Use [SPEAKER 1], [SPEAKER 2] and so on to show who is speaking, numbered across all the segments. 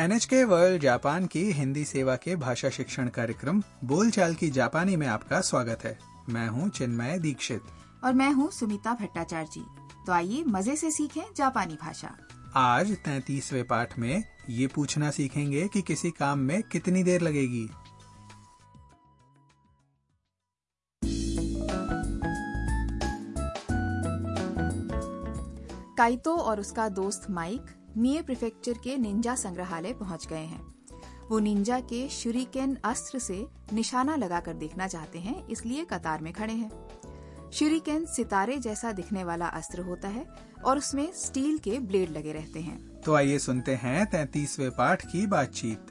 [SPEAKER 1] NHK world Japan की हिंदी सेवा के भाषा शिक्षण कार्यक्रम बोलचाल की जापानी में आपका स्वागत है मैं हूं चिन्मय दीक्षित
[SPEAKER 2] और मैं हूँ सुमिता भट्टाचार्य जी तो आइए मजे से सीखें जापानी भाषा
[SPEAKER 1] आज तैतीसवे पाठ में ये पूछना सीखेंगे कि किसी काम में कितनी देर लगेगी
[SPEAKER 2] काइतो और उसका दोस्त माइक मिए प्रिफेक्चर के निंजा संग्रहालय पहुंच गए हैं वो निंजा के शुरिकेन अस्त्र से निशाना लगाकर देखना चाहते हैं इसलिए कतार में खड़े हैं शुरिकेन सितारे जैसा दिखने वाला अस्त्र होता है और उसमें स्टील के ब्लेड लगे रहते हैं
[SPEAKER 1] तो आइए सुनते हैं तैतीसवे पाठ की बातचीत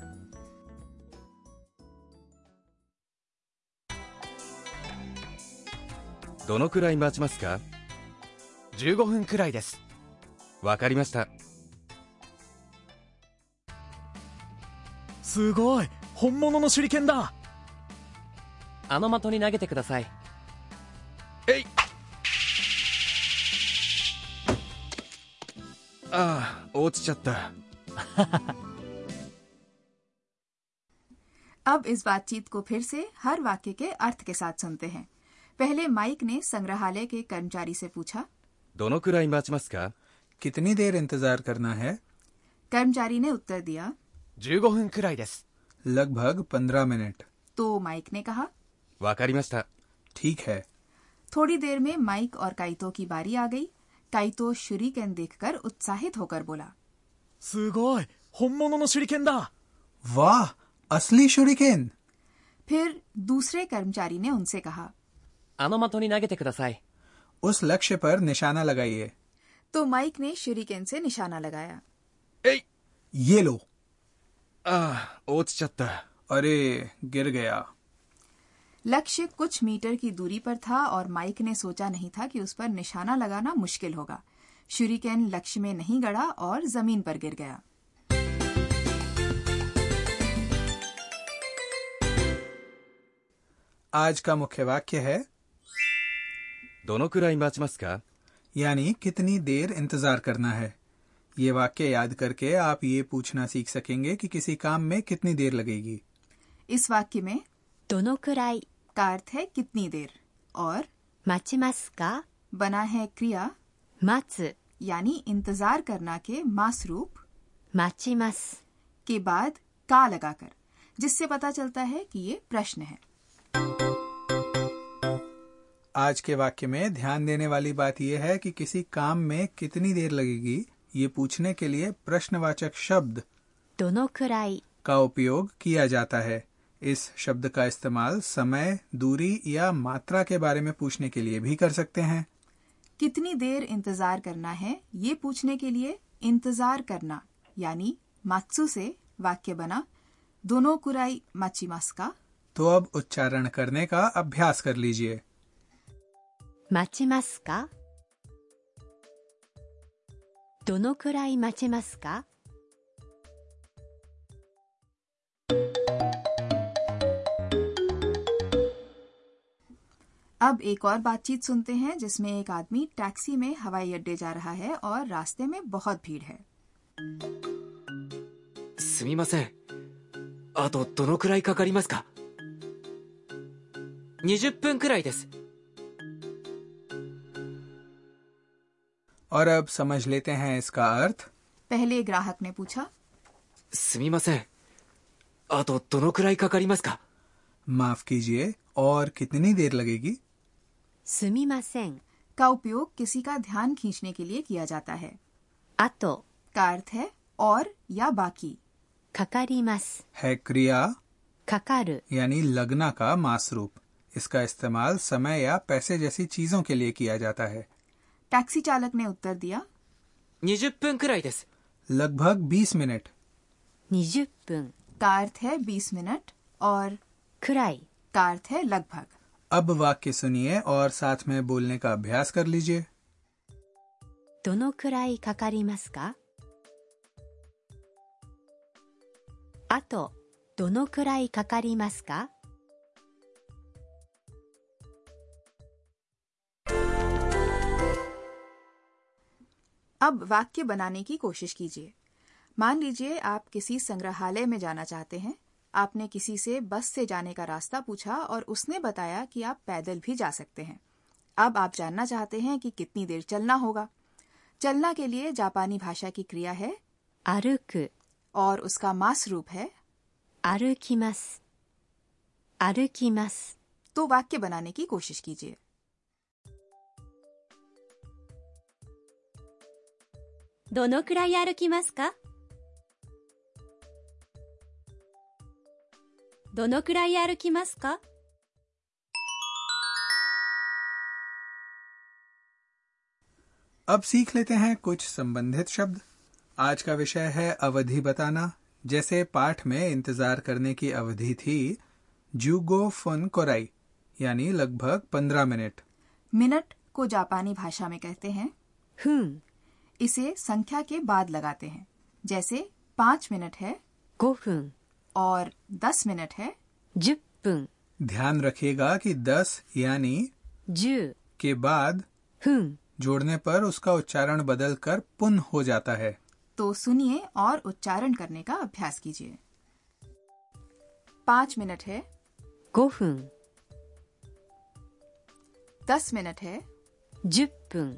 [SPEAKER 3] どのくらい待ちますか
[SPEAKER 4] 15分くらいです
[SPEAKER 3] わかりました
[SPEAKER 4] すごい本物の手裏剣だ
[SPEAKER 5] あの的に投げてください
[SPEAKER 3] ああ落ちちゃった
[SPEAKER 2] अब इस बातचीत को फिर से हर वाक्य के अर्थ के साथ सुनते हैं पहले माइक ने संग्रहालय के कर्मचारी से पूछा
[SPEAKER 3] どのくらい待ちますか
[SPEAKER 1] कितनी देर इंतजार करना है
[SPEAKER 2] कर्मचारी ने उत्तर दिया
[SPEAKER 4] 15分くらいです
[SPEAKER 1] लगभग पंद्रह मिनट
[SPEAKER 2] तो माइक ने कहा
[SPEAKER 3] わかりました
[SPEAKER 1] ठीक है
[SPEAKER 2] थोड़ी देर में माइक और काइतो की बारी आ गई काइतो शुरीकेन देखकर उत्साहित होकर बोला
[SPEAKER 4] すごい本物の手裏剣だ
[SPEAKER 1] वाह असली शुरिकेन
[SPEAKER 2] फिर दूसरे कर्मचारी ने उनसे कहा
[SPEAKER 5] あの的に投げてください
[SPEAKER 1] उस लक्ष्य पर निशाना लगाइए
[SPEAKER 2] तो माइक ने शुरीकेन से निशाना लगाया
[SPEAKER 3] えい
[SPEAKER 1] ये लो
[SPEAKER 3] ああ落ちちゃった
[SPEAKER 1] अरे गिर गया
[SPEAKER 2] लक्ष्य कुछ मीटर की दूरी पर था और माइक ने सोचा नहीं था कि उस पर निशाना लगाना मुश्किल होगा शुरीकेन लक्ष्य में नहीं गड़ा और जमीन पर गिर गया
[SPEAKER 1] आज का मुख्य वाक्य है
[SPEAKER 3] どのくらい待ちますか
[SPEAKER 1] यानी कितनी देर इंतजार करना है ये वाक्य याद करके आप ये पूछना सीख सकेंगे कि किसी काम में कितनी देर लगेगी
[SPEAKER 2] इस वाक्य में
[SPEAKER 6] どのくらい
[SPEAKER 2] का अर्थ है कितनी देर और
[SPEAKER 6] 待ちますか
[SPEAKER 2] बना है क्रिया
[SPEAKER 6] 待つ
[SPEAKER 2] यानी इंतजार करना के मास रूप
[SPEAKER 6] 待ちます
[SPEAKER 2] के बाद का लगाकर जिससे पता चलता है कि ये प्रश्न है
[SPEAKER 1] आज के वाक्य में ध्यान देने वाली बात यह है कि किसी काम में कितनी देर लगेगी ये पूछने के लिए प्रश्नवाचक शब्द
[SPEAKER 6] どのくらい
[SPEAKER 1] का उपयोग किया जाता है इस शब्द का इस्तेमाल समय दूरी या मात्रा के बारे में पूछने के लिए भी कर सकते हैं
[SPEAKER 2] कितनी देर इंतजार करना है ये पूछने के लिए इंतजार करना यानी मात्सु से वाक्य बना दोनों कुराई माचीमास का
[SPEAKER 1] तो अब उच्चारण करने का अभ्यास कर लीजिए
[SPEAKER 6] 待ちますかどのくらい待ちますか
[SPEAKER 2] अब एक और बातचीत सुनते हैं जिसमें एक आदमी टैक्सी में हवाई अड्डे जा रहा है और रास्ते में बहुत भीड़ है
[SPEAKER 7] すみませんあとどのくらいかかりますか20分くらいです
[SPEAKER 1] और अब समझ लेते हैं इसका अर्थ
[SPEAKER 2] पहले ग्राहक ने पूछा
[SPEAKER 7] すみませんあとどのくらいかかりますか
[SPEAKER 1] माफ कीजिए और कितनी देर लगेगी
[SPEAKER 6] すみません
[SPEAKER 2] का उपयोग किसी का ध्यान खींचने के लिए किया जाता है
[SPEAKER 6] あと
[SPEAKER 2] का अर्थ है और या बाकी
[SPEAKER 6] かかります
[SPEAKER 1] है क्रिया
[SPEAKER 6] かかる
[SPEAKER 1] यानी लगना का मास रूप इसका इस्तेमाल समय या पैसे जैसी चीजों के लिए किया जाता है
[SPEAKER 2] टैक्सी चालक ने उत्तर दिया
[SPEAKER 7] 20分くらいです
[SPEAKER 1] लगभग 20 मिनट
[SPEAKER 6] 20分
[SPEAKER 2] का अर्थ है 20 मिनट और
[SPEAKER 6] くらい
[SPEAKER 2] का अर्थ है लगभग
[SPEAKER 1] अब वाक्य सुनिए और साथ में बोलने का अभ्यास कर लीजिए
[SPEAKER 6] どのくらいかかりますかあとどのくらいかかりますか
[SPEAKER 2] अब वाक्य बनाने की कोशिश कीजिए मान लीजिए आप किसी संग्रहालय में जाना चाहते हैं आपने किसी से बस से जाने का रास्ता पूछा और उसने बताया कि आप पैदल भी जा सकते हैं अब आप जानना चाहते हैं कि कितनी देर चलना होगा चलना के लिए जापानी भाषा की क्रिया है
[SPEAKER 6] 歩く、
[SPEAKER 2] और उसका मास रूप है
[SPEAKER 6] 歩きます。歩きます。
[SPEAKER 2] तो वाक्य बनाने की कोशिश कीजिए
[SPEAKER 6] どのくらい歩きますかどのくらい歩きますか
[SPEAKER 1] अब सीख लेते हैं कुछ संबंधित शब्द आज का विषय है अवधि बताना जैसे पाठ में इंतजार करने की अवधि थी जूगो फन कोराई यानी लगभग पंद्रह मिनट
[SPEAKER 2] मिनट को जापानी भाषा में कहते हैं
[SPEAKER 6] ふん、
[SPEAKER 2] इसे संख्या के बाद लगाते हैं जैसे पाँच मिनट है
[SPEAKER 6] 5分、
[SPEAKER 2] और दस मिनट है
[SPEAKER 6] 10分、
[SPEAKER 1] ध्यान रखिएगा कि 10 यानी
[SPEAKER 6] 10
[SPEAKER 1] के बाद
[SPEAKER 6] 分、
[SPEAKER 1] जोड़ने पर उसका उच्चारण बदलकर पुन हो जाता है
[SPEAKER 2] तो सुनिए और उच्चारण करने का अभ्यास कीजिए पाँच मिनट है
[SPEAKER 6] 5分、
[SPEAKER 2] दस मिनट है
[SPEAKER 6] 10分、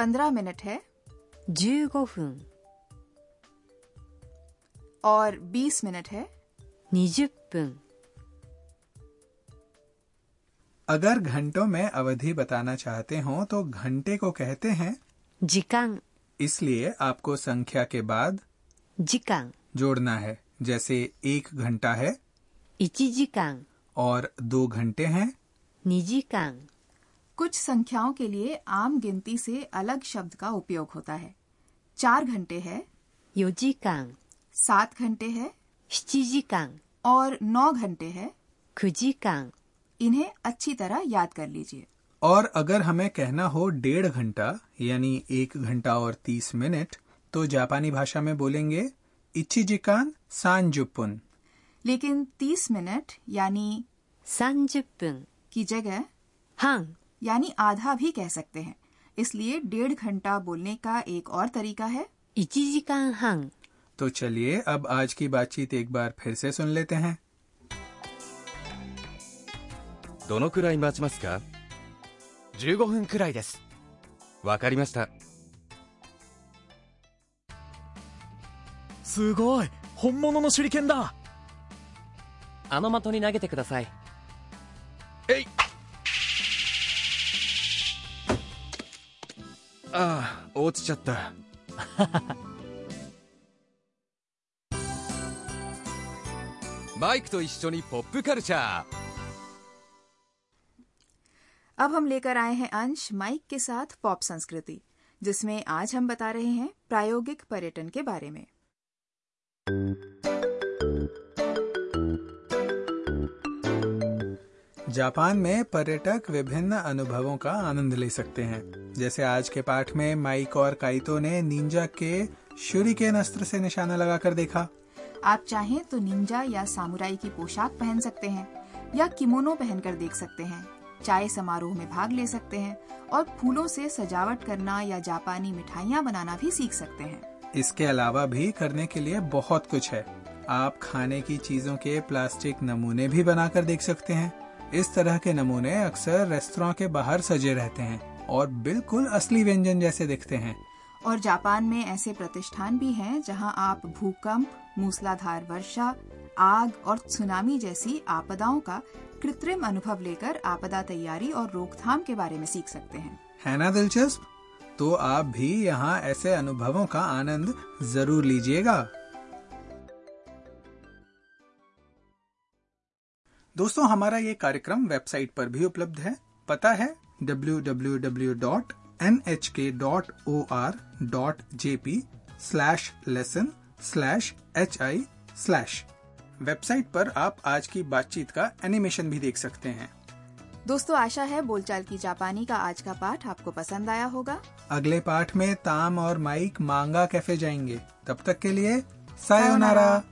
[SPEAKER 2] पंद्रह मिनट है
[SPEAKER 6] 15分、
[SPEAKER 2] और बीस मिनट है
[SPEAKER 6] 20分、
[SPEAKER 1] अगर घंटों में अवधि बताना चाहते हो तो घंटे को कहते हैं
[SPEAKER 6] 時間、
[SPEAKER 1] इसलिए आपको संख्या के बाद
[SPEAKER 6] 時間、
[SPEAKER 1] जोड़ना है जैसे एक घंटा है
[SPEAKER 6] 1時間、
[SPEAKER 1] और दो घंटे हैं
[SPEAKER 6] 2時間、
[SPEAKER 2] कुछ संख्याओं के लिए आम गिनती से अलग शब्द का उपयोग होता है चार घंटे है
[SPEAKER 6] 4時間、
[SPEAKER 2] सात घंटे है
[SPEAKER 6] 7時間、
[SPEAKER 2] और नौ घंटे है
[SPEAKER 6] 9時間、
[SPEAKER 2] इन्हें अच्छी तरह याद कर लीजिए
[SPEAKER 1] और अगर हमें कहना हो डेढ़ घंटा यानी एक घंटा और तीस मिनट तो जापानी भाषा में बोलेंगे इच्छिजिकान सांजुपुन
[SPEAKER 2] लेकिन तीस मिनट यानी
[SPEAKER 6] 30分、
[SPEAKER 2] की जगह
[SPEAKER 6] 半、
[SPEAKER 2] यानी आधा भी कह सकते हैं इसलिए डेढ़ घंटा बोलने का एक और तरीका है
[SPEAKER 6] 1時間半、
[SPEAKER 1] तो चलिए अब आज की बातचीत एक बार फिर से सुन लेते हैं
[SPEAKER 3] どのくらい待ちますか
[SPEAKER 4] 15分くらいです
[SPEAKER 3] わかりました
[SPEAKER 4] すごい本物の手裏剣だ
[SPEAKER 5] あの的に投げてください
[SPEAKER 3] ああ落ちちゃった マイクと一緒にポップカルチャー
[SPEAKER 2] अब हम लेकर आए हैं अंश माइक के साथ पॉप संस्कृति जिसमें आज हम बता रहे हैं प्रायोगिक पर्यटन के बारे में
[SPEAKER 1] जापान में पर्यटक विभिन्न अनुभवों का आनंद ले सकते हैं जैसे आज के पाठ में माइक और काइतो ने निंजा के शुरिकेन अस्त्र से निशाना लगाकर देखा
[SPEAKER 2] आप चाहें तो निंजा या सामुराई की पोशाक पहन सकते हैं या किमोनो पहनकर देख सकते हैं चाय समारोह में भाग ले सकते हैं और फूलों से सजावट करना या जापानी मिठाइयाँ बनाना भी सीख सकते हैं
[SPEAKER 1] इसके अलावा भी करने के लिए बहुत कुछ है आप खाने की चीजों के प्लास्टिक नमूने भी बनाकर देख सकते हैं इस तरह के नमूने अक्सर रेस्तरा के बाहर सजे रहते हैं और बिल्कुल असली व्यंजन जैसे दिखते हैं
[SPEAKER 2] और जापान में ऐसे प्रतिष्ठान भी हैं जहां आप भूकंप मूसलाधार वर्षा आग और सुनामी जैसी आपदाओं का कृत्रिम अनुभव लेकर आपदा तैयारी और रोकथाम के बारे में सीख सकते हैं
[SPEAKER 1] है ना दिलचस्प तो आप भी यहाँ ऐसे अनुभवों का आनंद जरूर लीजिएगा दोस्तों हमारा ये कार्यक्रम वेबसाइट पर भी उपलब्ध है पता है www.nhk.or.jp/lesson/hi/slash वेबसाइट पर आप आज की बातचीत का एनिमेशन भी देख सकते हैं
[SPEAKER 2] दोस्तों आशा है बोलचाल की जापानी का आज का पाठ आपको पसंद आया होगा
[SPEAKER 1] अगले पाठ में ताम और माइक मांगा कैफे जाएंगे तब तक के लिए सायोनारा